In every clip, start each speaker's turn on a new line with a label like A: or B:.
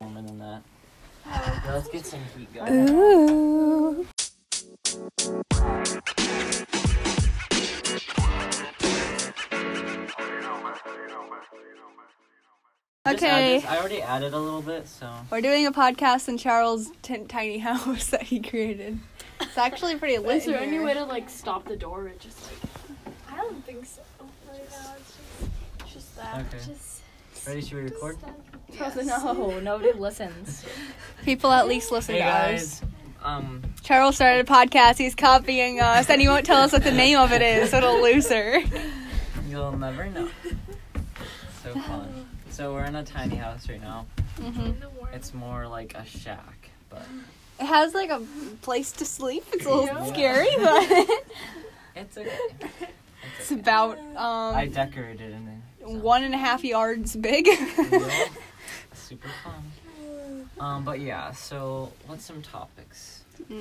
A: warmer than that. Now let's get some heat going.
B: Ooh.
A: Just add
B: Okay,
A: this- I already added a little bit, so
B: we're doing a podcast in Charles' tin tiny house that he created. It's actually pretty lit.
C: Is there
B: in
C: any
B: here.
C: way to like stop the door? It just like
D: I don't think so. Right now, it's just, it's just that.
A: Okay.
D: Just,
A: ready? Should we record?
D: just that.
E: No, nobody listens.
B: People at least listen
A: Hey
B: to us.
A: guys. Um,
B: Charles started a podcast. He's copying us, and he won't tell us what the name of it is. What a loser!
A: you'll never know. So fun. So we're in a tiny house right now.
B: hmm
C: Mm-hmm.
D: In the warm.
A: It's more like a shack, but
B: It has like a place to sleep. It's a little
A: Yeah.
B: scary, but
A: it's okay.
B: it's about
A: I
B: um
A: decorated it. in, so.
B: one and a half yards big.
A: Yeah. Super fun. Um, but yeah. So what's some topics?
B: It's-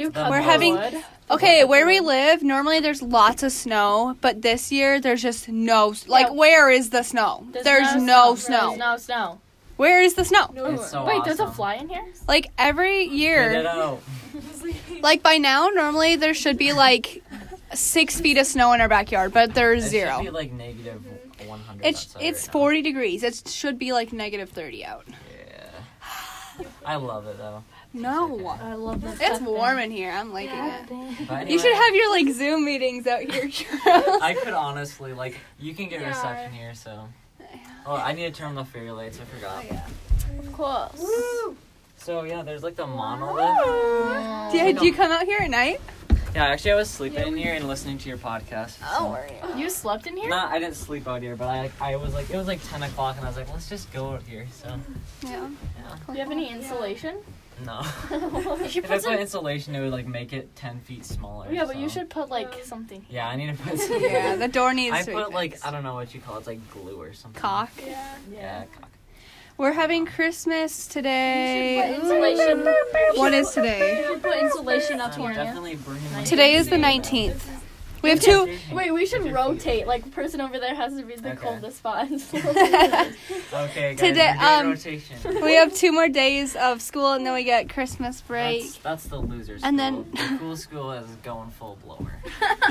E: you
A: cut
B: we're
A: the
B: having
E: wood?
B: okay where we live. Normally there's lots of snow, but this year there's just no. s- Like
E: Yeah.
B: where is the snow? There's, no, snow.
E: There's no snow.
B: Where is the snow?
D: No,
A: It's so
E: Wait, there's a
A: awesome.
E: fly in here?
B: Like every
A: Get it
B: year,
A: out.
B: like by now normally there should be like six feet of snow in our backyard, but there's
A: It
B: zero.
A: Should be like negative 100.
B: it's
A: outside
B: it's
A: right now.
B: 40 degrees. It should be like negative 30 out.
A: Yeah. I love it though.
B: No.
E: I love this.
B: It's warm in here. I'm liking it.
A: But anyway,
B: You should have your like Zoom meetings out here, Charles.
A: I could honestly like you can get
D: Yeah.
A: reception here, so. Oh, I need to turn the fairy lights. I forgot.
B: Oh,
E: Of course.
A: So yeah, there's like the monolith.
E: Um,
B: do, do you come out here at night?
A: Yeah, actually, I was sleeping in here and listening to your podcast.
B: Oh,
A: so-
E: You slept in here?
A: Nah, I didn't sleep out here, but I like I was like it was like 10 o'clock and I was like let's just go out here. So
B: Yeah.
E: Do you have any insulation?
A: no.
E: you
A: if
E: should
A: I
E: put some...
A: put insulation, it would like make it 10 feet smaller.
E: Yeah, but you
A: so-
E: should put like something.
A: Yeah, I need to put some.
B: Yeah, the door needs
A: I
B: to be
A: put like
B: fixed.
A: I don't know what you call it, it's like glue or something.
B: cock.
D: Yeah.
A: Yeah, cock.
B: We're having Christmas
E: Put
B: today.
E: insulation.
B: What is today?
E: You should put insulation up
A: I'm
E: here.
A: Um, definitely bringing my
B: Today is the
A: computer.
B: 19th. We have two.
E: Wait, we should rotate. Like, the person over there has to be the
A: Okay.
E: coldest spot.
A: Okay, guys.
B: Today-
A: Today,
B: um,
A: rotation.
B: We have two more days of school, and then we get Christmas break.
A: That's, that's the loser school.
B: And then-
A: the cool school is going full blower.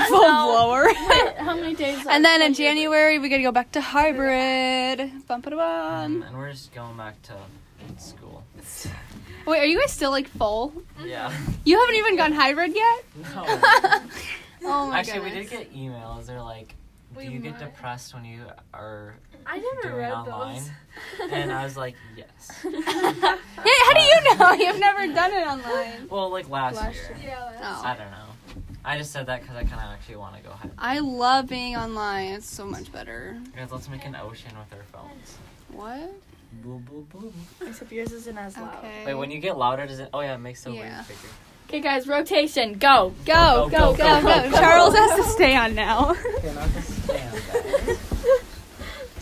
B: Full blower.
E: How many days?
B: and then in
E: are-
B: January we gotta go back to hybrid. Bum ba da
A: Um,
B: bum.
A: and we're just going back to school.
B: Wait, are you guys still like full?
A: Yeah.
B: You haven't even gone hybrid yet.
A: No.
B: Oh my
A: Actually,
B: goodness.
A: we did get emails. They're like, do
D: We
A: you get
D: might.
A: depressed when you are
D: I never
A: doing
D: read
A: online?
D: those.
A: and I was like, yes.
B: Hey, how do
A: Uh,
B: you know? You've never done it online.
A: Well, like last,
E: Last
A: year.
D: Yeah. That's,
B: Oh.
A: I don't know. I just said that because I kind of actually want to go ahead.
B: I love being online. It's so much better.
A: Guys, let's make an ocean with our phones.
B: What?
A: Boom, boom, boom.
E: Except yours isn't as loud.
B: Okay.
A: Wait, when you get louder, does it? Oh yeah, it makes the
B: Yeah.
A: waves bigger. Oh,
E: Okay, guys, rotation. Go.
B: go,
A: Go,
B: go,
A: go,
B: go,
A: go,
B: go. Charles has to stay on now.
A: Okay, not the stand, guys.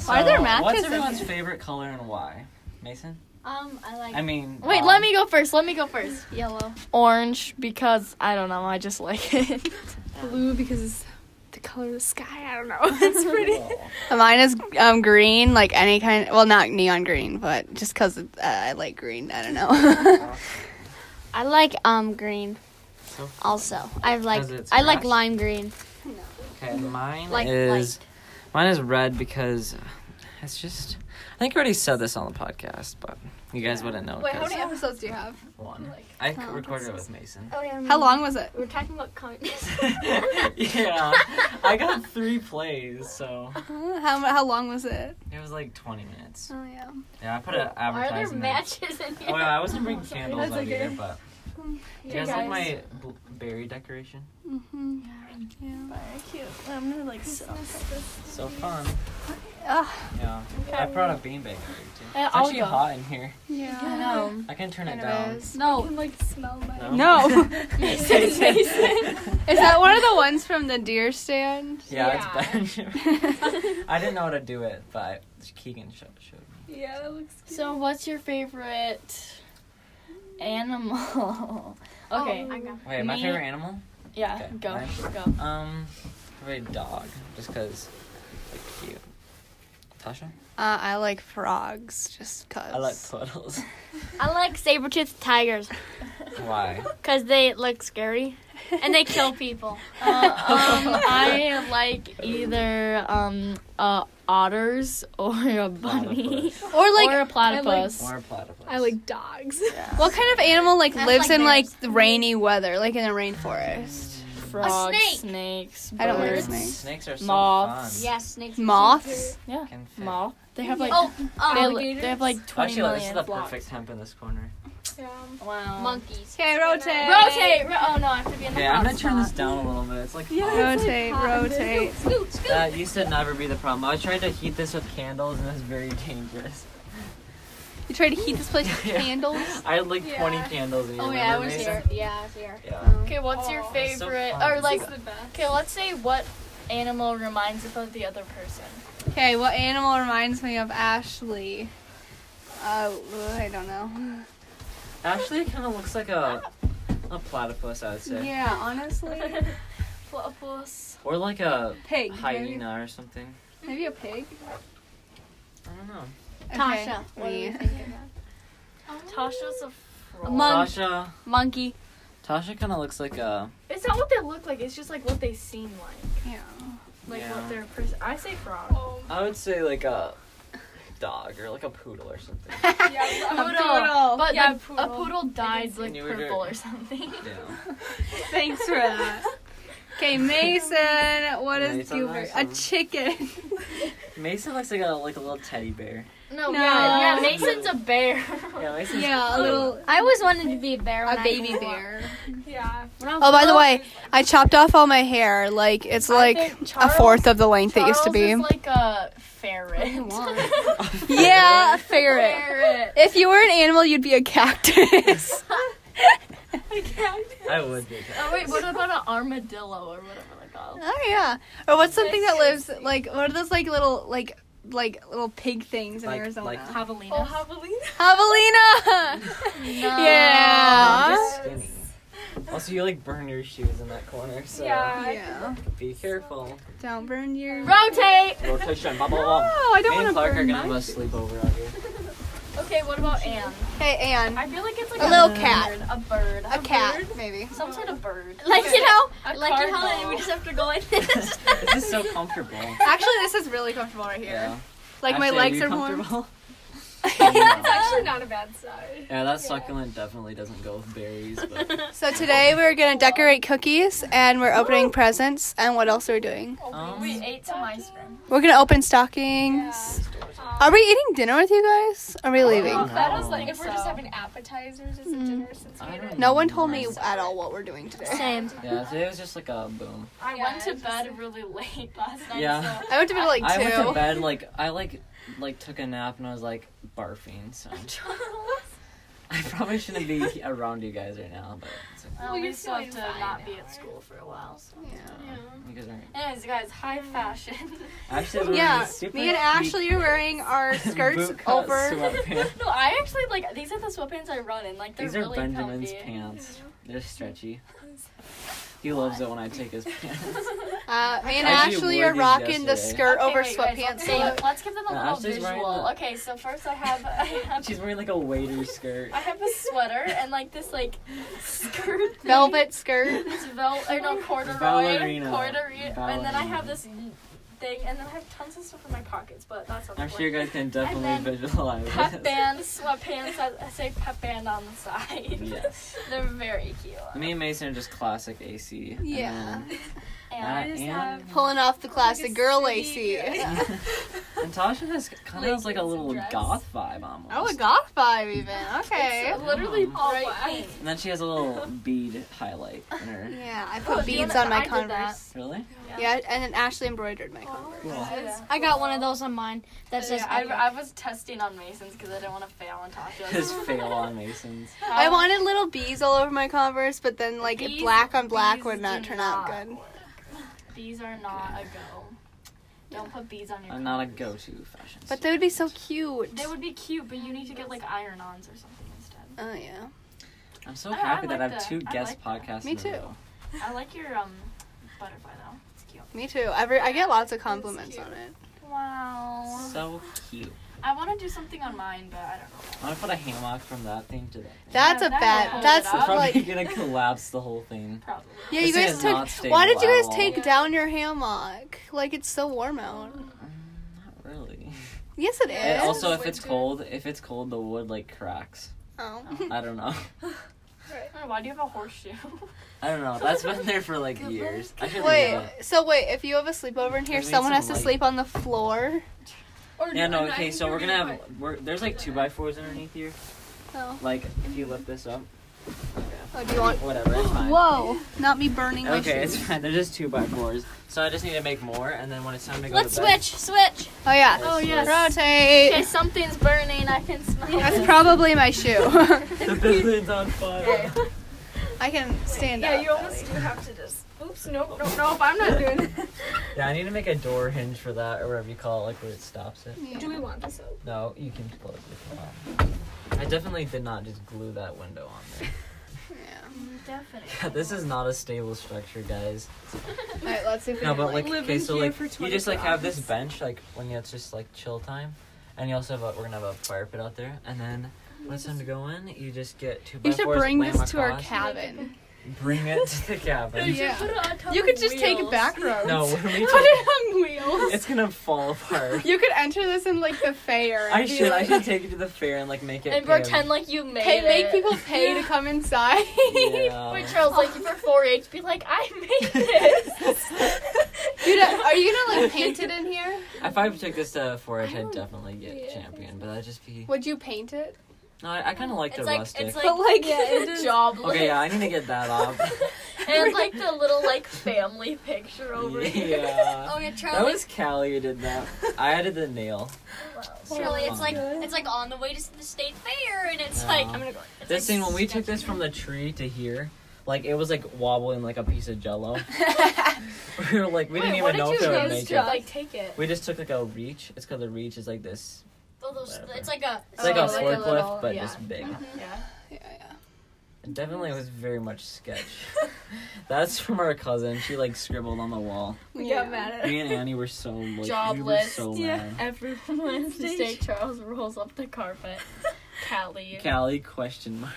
B: Why are there
A: So,
B: matches
A: What's
B: in
A: everyone's
B: here?
A: favorite color and why? Mason?
D: um, I like.
A: I mean.
E: Wait,
A: um,
E: let me go first. Let me go first.
D: yellow.
C: orange because I don't know. I just like it.
B: Blue because the color of the sky. I don't know.
C: it's pretty.
B: Mine is um green, like any kind. Well, not neon green, but just because uh, I like green. I don't know.
D: I like um green.
A: So-
D: Also, I like.
A: Because it's
D: I like
A: grass?
D: lime green.
A: Okay, mine
D: Like
A: is mine is red because it's just. I think I already said this on the podcast, but you guys wouldn't know. 'cause-
B: episodes do you have?
A: one? I c-
B: Oh,
A: recorded it with Mason.
D: Oh yeah.
B: How long was it?
D: We're talking about kindness.
A: yeah, I got three plays, so
B: Huh? Uh-huh. How how long was it?
A: it was like 20 minutes.
B: Oh yeah.
A: Yeah, I put an
D: Are there
A: advertisement.
D: matches in
A: Oh
D: here?
A: yeah, I wasn't bringing candles
E: That's
A: out
E: okay.
A: here, but you guys
E: guys.
A: like my bl- berry decoration?
B: Mm-hmm.
E: Cute. I'm gonna like sit on.
A: So fun.
B: Ugh.
A: Yeah, I brought a beanbag over here too.
E: Yeah,
A: It's
E: Uh, I'll
A: actually
E: go.
A: hot in here.
B: Yeah.
E: No.
A: I can turn it
B: Kind of
A: down.
B: is.
E: No.
D: like smell my.
B: No.
E: Mason, Mason.
B: Is that one of the ones from the deer stand?
A: Yeah,
D: Yeah.
A: it's Benjamin. I didn't know how to do it, but Keegan showed, showed me.
D: Yeah, that looks.
E: So, what's your favorite animal? okay.
F: Oh.
D: I got.
A: Wait, my
E: Me-
A: favorite animal?
E: Yeah.
A: Okay,
E: Go.
A: mine?
E: Go.
A: Um, probably a dog, just because they're cute. Tasha?
B: Uh, I like frogs just cause.
A: I like puddles.
F: I like saber-toothed tigers
A: Why?
F: because they look scary and they kill people.
E: Uh, um, I like either um, uh, otters or a bunny
A: Platypus.
B: or like
E: or a platypus.
A: Or a platypus.
G: I like dogs.
B: what kind of animal like
F: I
B: lives
F: like
B: in like
F: bears.
B: the rainy weather, like in the rainforest?
E: frogs,
F: snake.
E: snakes, birds.
B: I don't like
A: Birds.
B: snakes.
A: Snakes are so
E: Moths.
A: fun.
F: Yeah, snakes.
B: Moths.
E: Yeah,
A: Can fit.
E: moth. They have like
F: Oh,
E: they,
F: um,
E: have, li- they have like twenty
A: Actually,
E: million
A: like, this is the
E: flocks.
A: perfect temp in this corner.
G: Yeah.
E: Wow.
F: monkeys.
B: Okay, rotate.
E: Rotate. Ro- oh no, I have to be in the
A: Okay, I'm gonna
E: hot
A: turn this
E: spot.
A: down a little bit. It's like oh,
B: Rotate, rotate.
F: Scoot, scoot.
A: That used to never be the problem. I tried to heat this with candles, and it's very dangerous.
B: You try to heat this place with
A: Yeah.
B: candles.
A: I had like 20 candles in here.
F: Oh yeah, I
A: remember,
F: was
A: Mason?
F: here. Yeah, I was here.
A: Yeah.
E: Okay, what's your
G: Oh,
A: it's so
E: favorite?
A: fun.
E: or like,
G: the best.
E: okay, let's say what animal reminds you of the other person.
B: Okay, what animal reminds me of Ashley? Uh, ugh, I don't know.
A: Actually, it kind of looks like a a platypus, I would say,
B: Yeah, honestly,
E: Platypus.
A: or like a
B: pig. Maybe,
A: hyena or something.
B: maybe a pig.
A: I don't know.
F: Tasha, what do you
B: Me.
E: Tasha's a frog.
F: Mon-
A: Tasha.
F: Monkey.
A: Tasha kind of looks like a.
G: It's not what they look like. It's just like what they seem like.
B: Yeah.
G: Like
A: Yeah.
G: what their person. I say frog. Oh,
A: I would say like a dog or like a poodle or something.
G: yeah.
E: Poodle.
B: Poodle.
E: But
G: Yeah,
E: the- a
G: poodle.
E: poodle dies like
A: And you were
E: purple
A: dirt.
E: or something.
A: yeah.
B: Thanks for that. Okay, Mason, what is
A: Mason,
B: Goober? A
A: Mason.
B: chicken.
A: Mason looks like a like a little teddy bear.
E: No,
B: No.
E: Yeah, yeah, Mason's a bear.
A: Yeah, Mason's
B: Yeah, a little
F: I always wanted to be a bear. When
B: a
F: I
B: baby
F: grew up.
B: bear.
G: yeah.
B: Oh, by the way, I chopped off all my hair. Like it's like
E: think
B: a fourth of the length it used to
E: Charles
B: be.
E: Is like a ferret.
B: yeah, a ferret.
E: ferret.
B: If you were an animal, you'd be a cactus.
A: I would be.
E: Oh wait, what about an armadillo or whatever they're called?
B: oh yeah. Or what's something that lives like what are those like little like like little pig things in
A: Like-
B: Arizona?
A: like-
E: Javelina.
G: Oh, javelina.
B: Javelina.
A: I'm
B: Yeah.
A: just skinny. Also, you like burn your shoes in that corner, so
G: Yeah.
B: Yeah.
A: be careful.
B: Don't burn your.
E: Rotate.
A: Rotation, blah blah
B: No,
A: blah.
B: Oh, I don't
A: Me and
B: want to
A: Clark are
B: burn
A: gonna have
B: my.
A: a sleepover out here.
E: Okay, what about Anne?
B: Hey, Anne.
E: I feel like it's like
B: A little cat.
E: bird, a bird,
B: A cat, maybe.
E: some sort of bird.
F: Like you know,
E: A
F: like you
E: cardinal.
F: know, we just have to go like this.
A: This is so comfortable.
B: Actually, this is really comfortable right here.
A: Yeah.
B: Like my
A: Actually,
B: legs
A: you
B: are warm.
A: comfortable?
G: It's actually not a bad side.
A: yeah, that succulent definitely doesn't go with berries, but
B: So today we're gonna decorate cookies and we're opening presents. And what else are we doing?
E: We
A: um,
E: ate some ice cream.
B: We're gonna open stockings. Are we eating dinner with you guys? Are we
G: Well,
B: leaving?
E: Uh,
G: if that is
A: No.
G: like if we're
E: So.
G: just having appetizers as a
E: Mm-hmm.
G: dinner since
A: I
G: we
A: don't
G: didn't.
B: No one told me at all what we're doing today.
F: Same.
A: yeah, today was just like a boom.
E: I
G: Yeah,
E: went to
G: it's
E: bed really late last night.
A: Yeah.
E: So
B: I went to bed at like
A: I went to
B: two.
A: bed like I like like took a nap and I was like barfing, so I probably shouldn't be around you guys right now, but it's okay.
E: well,
G: you're
E: we still have to
G: feeling fine
E: not be
G: now,
E: at school for a while. So. Mm.
A: Yeah. You guys aren't.
E: Anyways, guys, high fashion.
A: Ashley's wearing
B: Yeah,
A: these super
B: me and Ashley are wearing our
A: cute
B: skirts
A: bootcut
B: over.
A: sweatpants.
E: no, I actually like these are the sweatpants I run in. Like they're
A: These are
E: really
A: Benjamin's
E: comfy.
A: pants. They're stretchy. He loves it when I take his pants.
B: Uh, me and
A: I actually
B: Ashley
A: wore
B: are
A: these
B: rocking the
A: yesterday.
B: skirt
E: Okay,
B: over
E: wait, guys, let's-
B: sweatpants.
E: so
B: look.
E: let's give them a
A: No,
E: little
A: Ashley's wearing
E: visual.
A: the-
E: Okay, so first I have I have
A: She's wearing like a waiter skirt.
E: I have a sweater and like this like skirt thing.
B: Velvet skirt.
E: This vel or no corduroy
A: Ballerina.
E: corduroy and then I have
A: Ballerina.
E: this thing and then I have tons of stuff in my pockets, but that's not the
A: I'm
E: point.
A: sure you guys can
E: And
A: definitely visualize
E: Pep
A: this.
E: band sweatpants that that say pep band on the side.
A: Yes.
E: They're very cute.
A: Me and Mason are just classic AC. and
B: Yeah.
A: then
E: And
A: I
G: just
A: am-
B: Pulling off the classic girl lacy.
A: and Tasha has kind of has like a
E: Leggings and
A: little
E: dress.
A: goth vibe almost.
B: Oh, a goth vibe even. Okay.
E: It's literally
A: Mm.
E: bright
G: Oh, wow.
E: pink.
A: And then she has a little bead highlight in her.
B: Yeah, I put
E: Oh,
B: beads
E: yeah,
B: on my
E: I did that.
B: Converse.
A: Really?
B: Yeah, and then Ashley embroidered my Converse.
A: Cool.
F: I got one of those on mine that says
E: Yeah, I, I was testing on Mason's because I didn't want to fail on
A: His
E: Tasha's.
A: fail on Mason's.
E: Oh.
B: I wanted little bees all over my Converse, but then like
E: Bees-
B: black on black
E: bees
B: would not
E: do
B: turn
E: not
B: out good.
E: These are not a go. Don't put bees on your.
A: I'm not a go-to fashion.
B: But they would be so cute.
E: They would be cute, but you need to get like iron-ons or something instead.
B: Oh yeah.
A: I'm so
E: I- I
A: happy that
E: like
A: I have
E: that.
A: two
E: I
A: guest
E: like
A: podcasts.
B: Me
A: in a
B: too.
A: row.
E: I like your um butterfly though. It's cute.
B: Me too. Every I get lots of compliments on it.
G: Wow.
A: So cute.
G: I want to do something on mine, but I don't know.
A: I want to put a hammock from that thing to that. Thing.
B: That's
G: Yeah,
B: a
G: that
B: bad.
G: would
B: That's
G: hold
A: It's
G: it
A: probably
B: like.
A: gonna collapse the whole thing.
G: Probably.
B: Yeah,
A: This
B: you
A: thing
B: guys
A: is
B: took.
A: not stable
B: Why did you
A: at
B: guys
A: all.
B: take down your hammock? Like it's so warm out.
A: Not really.
B: Yes, it is.
A: And also, if it's
G: Winter.
A: cold, if it's cold, the wood like cracks.
B: Oh.
A: I don't know.
G: Oh, Why do you have a horseshoe?
A: I don't know. That's been there for like years. I should leave
B: Wait.
A: it.
B: So wait, if you have a sleepover in
A: I
B: here,
A: need
B: someone
A: some
B: has to
A: light.
B: sleep on the floor.
G: Or
A: Yeah, no.
G: and I
A: Okay,
G: think
A: so we're gonna have
G: put-
A: we're, there's like two by fours underneath here.
B: Oh.
A: Like if you lift this up,
B: Oh, do you want?
A: whatever. It's fine.
B: Whoa! Not me burning my
A: Okay, it's
B: shoes.
A: fine. They're just two by fours. So I just need to make more, and then when it's time to go
F: Let's
A: to bed,
F: switch, switch.
B: Oh yeah.
A: Oh, yes.
F: Okay,
B: Rotate.
F: something's burning. I can smell
B: That's
F: it.
B: probably my shoe.
A: the building's on fire.
B: I can stand
G: Yeah,
B: up.
G: you almost do have to just. Oops, nope, nope, nope. I'm not doing it.
A: Yeah, I need to make a door hinge for that, or whatever you call it, like where it stops it.
G: Do we want this up?
A: No, you can close it. I definitely did not just glue that window on there.
F: Definitely.
A: Yeah, this is not a stable structure, guys.
B: All right, let's see if we
A: No,
B: can,
A: but like, okay, so like, you just like
G: 24
A: have this bench, like when it's just like chill time, and you also have a, we're gonna have a fire pit out there, and then when it's time to go in, you just get two.
B: You should
A: by-fours,
B: bring
A: lay 'em
B: this to our
A: across,
B: cabin.
A: Bring it to the cabin.
B: Yeah.
F: top
B: You could just take it
F: wheels.
B: back roads.
A: No, what are we
B: Put
A: talking?
B: it on wheels.
A: It's gonna fall apart.
B: You could enter this in like the fair. and
A: I
B: be
A: should I
B: like-
A: should take it to the fair and like make it.
F: And
A: pay-
F: pretend like you made
B: Pay,
F: it.
B: make people pay to come inside.
A: Yeah.
F: Wait, Charles, like for 4-H, be like, I made this.
B: Dude, are you gonna like paint it in here?
A: If I took this to four, I'd definitely get champion, but that'd just be.
B: Would you paint it?
A: No, I, I kind of like the
F: it's like
A: rustic.
F: it's like,
B: But, like,
F: yeah,
B: it
F: it's jobless.
A: okay, yeah, I need to get that off.
F: And like the little like family picture over here.
A: yeah.
D: Oh yeah,
A: That
D: Charlie.
A: was Callie who did that. I added the nail.
D: Charlie, it's like it's like on the way to the state fair, and it's
A: Yeah.
D: like I'm gonna go. It's
A: This
D: like
A: thing, when we took this from the tree to here, like it was like wobbling like a piece of jello. we were like, we didn't even
F: what did
A: know if
F: you
A: it would
F: use
A: make
F: to
A: it.
F: like take it?
A: we just took like a reach. It's called the reach. It's like this.
D: Oh, those-
A: Whatever.
D: It's like a.
A: It's like a
F: Oh, like a
A: forklift,
F: little-
A: but
F: yeah. Mm-hmm.
A: just big.
B: Yeah, yeah.
A: It definitely was very much sketch. That's from our cousin. She like scribbled on the wall.
B: We
C: Yeah.
B: got mad at
A: Me and Annie were so like, we were
F: Jobless.
A: so mad.
F: Every Wednesday, Charles rolls up the carpet. Callie.
A: Callie question mark.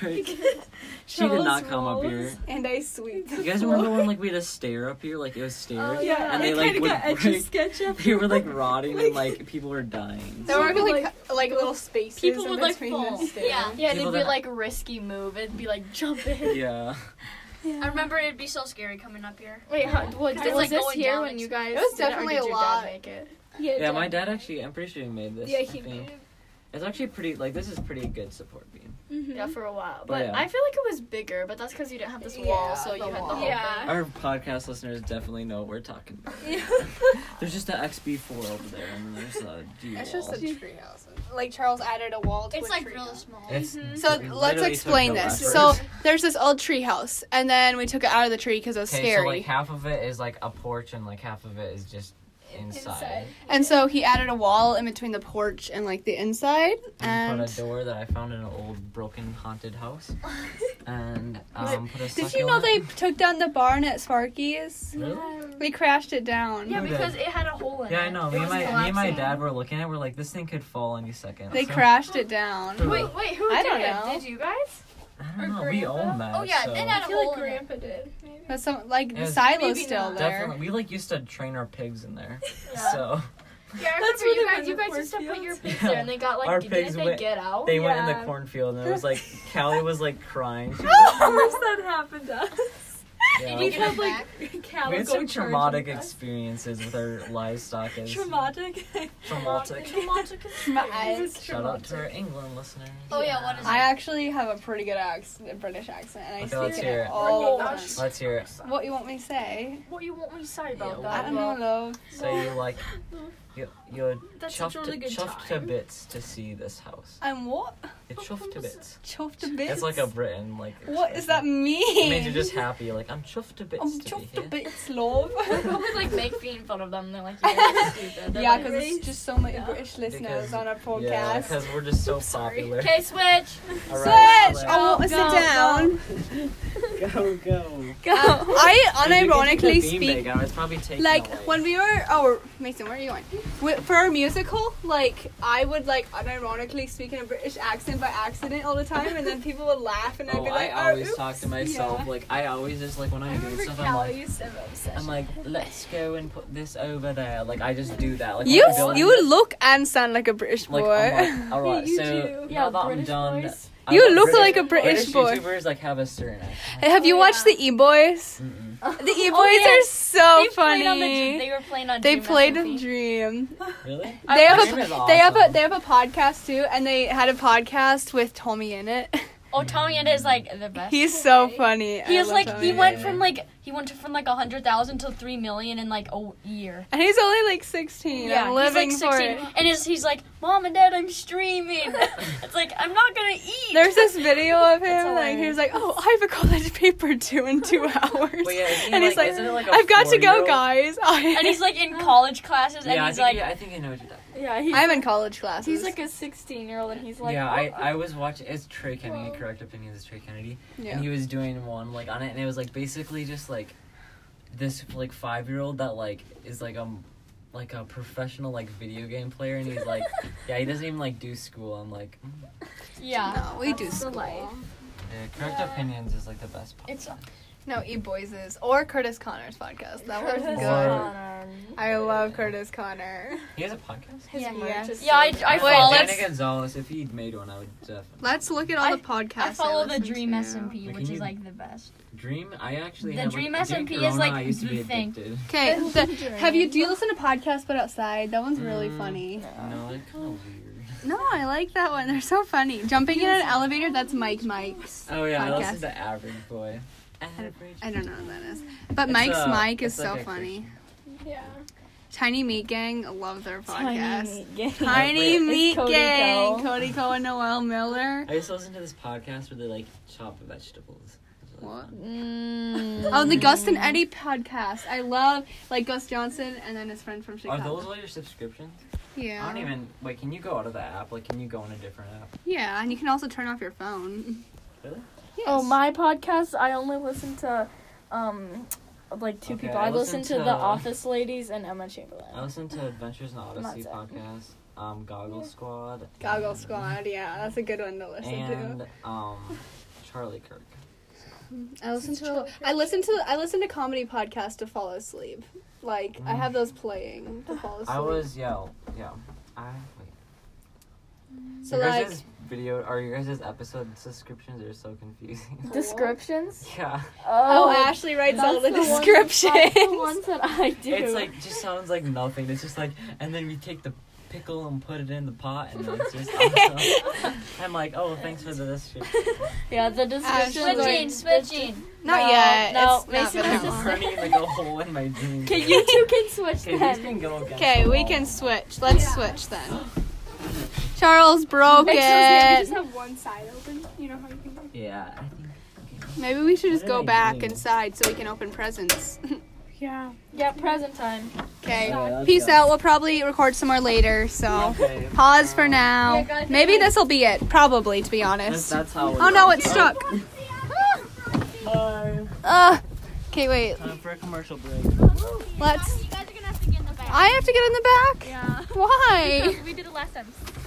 A: she did not come up here.
B: And I sweep.
A: You guys remember when like we had a stair up here, like it was stairs,
B: Oh,
F: Oh,
C: yeah.
A: and they like would break. They were like rotting and like people were dying.
B: There were like like, little spaces
F: people
B: in
F: would, like,
B: between
F: fall.
B: the stairs.
D: Yeah.
F: Yeah,
A: People
F: it'd be
A: that-
F: like a risky move. It'd be like jump in.
A: yeah,
D: I remember it'd be so scary coming up here.
F: Wait, how, what,
D: It's
F: was
D: like
F: this
D: going
F: here
D: down
F: when
D: ex-
F: you guys?
B: It was
F: did or
B: definitely
F: did
B: a
F: your
B: lot.
F: Dad make it?
A: yeah. My dad actually, I'm pretty sure he made this.
G: Yeah,
A: I
G: he
A: think.
G: made it.
A: It's actually pretty. Like this is pretty good support beam.
F: Yeah, for a while.
A: But
F: But
A: yeah.
F: I feel like it was bigger, but that's because you didn't have this
B: Yeah,
F: wall, so you
B: the
F: had the
B: wall.
F: whole
G: Yeah.
F: thing.
A: Our podcast listeners definitely know what we're talking about. there's just an XB4 over there, and there's a G wall.
B: It's just a treehouse. Like Charles added a wall to
D: It's
B: a
D: like
B: tree
D: real
B: house.
D: small.
A: It's-
B: So
A: we
B: let's
A: literally took
B: explain
A: no
B: this.
A: effort.
B: So there's this old treehouse, and then we took it out of the tree because it was
A: Okay,
B: scary.
A: so like half of it is like a porch and like half of it is just inside.
B: and so he added a wall in between the porch and like the inside,
A: And
B: and
A: put a door that I found in an old broken haunted house. and um, put a
B: Did you know they
A: succulent.
B: took down the barn at Sparky's?
A: Really?
B: We crashed it down.
F: Yeah,
A: Who did?
F: because it had a hole in it.
A: Yeah, I know. Me and,
F: was
A: my, me and my
F: collapsing.
A: dad were looking at it. We're like, this thing could fall any second.
B: They
A: So-
B: crashed it down.
A: Wait,
F: Wait, wait, who
B: I
F: did
B: don't
F: it?
B: know.
F: Did you guys?
A: I don't know. We own that.
D: Oh yeah,
A: so.
D: then had
G: I
D: a
G: feel
D: hole
G: like
D: in it.
G: Grandpa did. Maybe.
B: But some like the
A: Yes.
B: silo's
G: Maybe
B: still
G: not.
B: there.
A: Definitely. We like used to train our pigs in there. So
F: Yeah,
C: That's
F: I remember
C: where
F: you
C: they
F: guys.
C: went
F: You
C: to
F: guys used to put your
A: cornfields.
F: pigs there, and they got like.
A: Our
F: did,
A: pigs
F: not they
A: went-
F: get
E: Oh,
F: out?
A: they went in the
G: Yeah.
A: cornfield and it was like Callie was like crying. She
C: that happened to us.
A: yeah.
D: Did you
A: We
D: get it back?
C: Cal
A: had
C: would go
A: some
C: charging
A: traumatic
C: us.
A: experiences with our livestock. As
C: Traumatic.
A: traumatic.
B: My eyes.
A: Shout out to our England listeners.
D: Oh yeah, what is
B: I
D: it?
B: actually have a pretty good accent, British accent, and I
A: Okay, let's
B: speak
A: hear
B: it
A: it.
B: all the
F: Oh,
B: time.
A: Let's hear it.
B: What you want me to say?
F: What you want me to say about
A: Yeah,
B: I
F: that?
B: don't know, love.
A: So you like you you're
G: That's such
A: chuffed,
G: a really good
A: chuffed to
G: time.
A: bits to see this house.
B: I'm what?
A: You're chuffed to bits.
B: Chuffed a bit.
A: It's like a Britain like.
B: What does that
A: expression. It
B: mean?
A: means you're just happy. Like I'm chuffed to bits
B: I'm
A: to
B: chuffed
A: be
B: a
A: here.
B: bit, love.
F: People would like make being fun of them. They're like, yeah, stupid. They're
B: yeah,
F: like,
B: because it's just so many British listeners
A: Because-
B: on our
A: Yeah,
B: podcast.
A: because we're just so popular.
F: Okay, switch.
A: All right,
B: Switch! I want to sit
F: Go, go,
B: down.
A: Go go.
B: Um, I
A: Did you get the
B: unironically
A: bean
B: speak
A: bag out? It's probably taken
B: like
A: away.
B: when we were. Oh, Mason, where are you going?
G: wi- for our musical, like I would like unironically speak in a British accent by accident all the time, and then people would laugh, and I'd
A: Oh,
G: be like,
A: I always
G: oh,
A: talk
G: oops."
A: to myself.
G: Yeah.
A: Like I always just like when
F: I
A: I'm doing
F: remember
A: stuff, I'm
F: Callie
A: like,
F: used to have an obsession.
A: I'm like, let's go and put this over there. Like I just do that. Like
B: You
A: I'm done.
B: you would look and sound like a British boy.
A: Like, oh I'm like, all right,
G: You
A: so
G: do.
A: now
E: Yeah,
A: that
E: British
A: I'm done,
E: boys.
A: I
B: You
A: want
B: look like a British boy.
A: YouTubers like have a certain accent.
B: Have you
G: Oh,
B: watched
G: yeah.
B: the E Boys?
A: Mm-mm.
B: The E Boys
E: Oh, yeah.
B: are so
E: They
B: funny.
E: played on the Dream- they were playing on.
B: they
E: Dream
B: played
E: SOP.
B: in Dream.
A: Really?
B: They have
A: Dream
B: a
A: is
B: they have a
A: awesome.
B: they have a podcast too, and they had a podcast with Tommy in it.
E: Oh, Tommy and is like the best.
B: He's so funny.
E: He
B: I
E: was
B: love
E: like
B: Tommy.
E: he went
A: Yeah.
E: from like he went to- from like a hundred thousand to three million in like a year.
B: and he's only like sixteen. I'm living
E: he's like
B: for it.
E: and his, he's like, "Mom and Dad, I'm streaming." it's like I'm not gonna eat.
B: There's this video of him, like he
E: hilarious.
B: was like, "Oh, I have a college paper due in two hours,"
A: Well, yeah, isn't he
B: and he's
A: like-
B: like,
A: isn't it like a
B: "I've got to go,
A: four-year-old?"
B: guys."
E: and he's like in college classes, and
A: yeah, I
E: he's
A: think,
E: like,
A: yeah, I think I know what you're talking.
F: yeah, he's,
B: I'm in college classes.
F: he's like a 16 year old and he's like,
A: yeah, I,
F: "Oh,
A: I was watching. It's Trey Kennedy.
F: Whoa.
A: Correct opinion is Trey Kennedy,
B: yeah.
A: and he was doing one like on it, and it was like basically just like this like five year old that like is like um like a professional like video game player, and he's like yeah, he doesn't even like do school. I'm like, mm.
E: "Yeah,
B: no, we do
F: that's the
B: school.
F: life.
A: yeah, correct opinions is like the best. Podcast.
E: it's
B: No, E Boys is or Curtis Connor's podcast. That was
F: Curtis
B: good.
A: Or-
F: Connor.
B: I love Curtis Connor.
A: He has a podcast.
F: His
E: Yeah,
F: merch
B: yeah.
F: is
E: yeah." I
F: so
E: I
A: Oh,
B: Wait,
E: follow
A: Danny
B: let's-
A: Gonzalez. If he'd made one, I would definitely.
B: Let's look at all
E: I-
B: the podcasts.
E: I follow the
B: listen
E: Dream
B: to.
E: SMP,
A: Wait,
E: which
A: can
E: is
A: you-
E: like the best.
A: Dream. I actually
E: The
A: have,
E: Dream
A: like, during
E: SMP is, like,
A: Corona, I used to
E: the
A: be
E: thing.
A: addicted.
B: Okay, the, have you do you listen to podcasts but outside? That one's really
A: Mm.
B: funny.
A: No, they're kind of weird.
B: No, I like that one. They're so funny. Jumping in an elevator. That's Mike Mike's.
A: Oh yeah,
B: podcast.
A: I listened to Average Boy. Average.
B: I don't know what that is, but
A: It's,
B: Mike's
A: uh,
B: Mike is
A: it's like
B: so
A: a
B: funny.
F: good. Yeah.
B: Tiny Meat Gang, love their podcast.
F: Gang.
B: Tiny
A: Wait,
B: Meat
F: Cody
B: Gang,
F: Ko.
B: Cody Ko and Noel Miller.
A: I used to listen to this podcast where they like chop vegetables. It's really
B: What?
A: fun.
B: Oh, the Gus and Eddie podcast. I love like Gus Johnson and then his friend from
A: Are
B: Chicago.
A: those all your subscriptions?
B: yeah.
A: I don't even. Wait, can you go out of the app? Like, can you go on a different app?
B: Yeah, and you can also turn off your phone.
A: Really?
B: Yes.
F: Oh, my podcast, I only listen to um like two
A: Okay,
F: people.
A: I
F: I listen,
A: listen
F: to, The
A: to- Oh.
F: Office Ladies and Emma Chamberlain.
A: I listened to Adventures in Odyssey
F: Not
A: podcast, um, Goggle Squad,
B: Goggle
A: and-
B: Squad. Yeah, that's a good one to listen
A: and
B: to.
A: um, Charlie Kirk.
B: I listen to. I listen to. I listen to comedy podcasts to fall asleep. Like I have those playing to fall asleep.
A: I was yeah yeah. I wait.
B: So
A: your
B: like,
A: guys' video or your guys' episode subscriptions are so confusing.
F: Descriptions?
A: yeah,
B: oh, Ashley writes all the descriptions.
F: That's the ones that I do.
A: it's like just sounds like nothing. It's just like and then we take the pickle and put it in the pot and it's just. awesome. I'm like, oh, thanks for the description.
F: yeah, the
B: Ashley.
F: descriptions.
E: Switching, switching.
B: not
F: No,
B: yet.
F: no,
B: it's not been
F: basically
B: that
F: just
B: long.
A: burning like a hole in my jeans.
F: Okay, you two can switch
A: Okay, these
F: then.
A: can go against
B: Okay,
A: the
B: we
A: wall.
B: can switch. Let's switch then. Charles broke it.
G: just have one side open. You know how you can.
A: Yeah, I think.
B: Maybe we should just
A: What
B: go
A: am I
B: back
A: doing?
B: inside so we can open presents.
G: Yeah.
F: Yeah, present time.
B: Okay.
A: Yeah, that's
B: Peace
A: good.
B: out. We'll probably record some more later. So
A: Okay.
B: Oh. pause for
A: um,
B: now. Maybe this will be it. Probably, to be
A: That's,
B: honest.
A: that's how.
B: Oh no, it's stuck. Ah!
A: Time
B: Ugh. Okay, wait.
A: for a commercial break.
B: Let's.
D: You guys are gonna have to get in the back.
B: I have to get in the back.
D: Yeah.
B: Why?
D: we did it last time.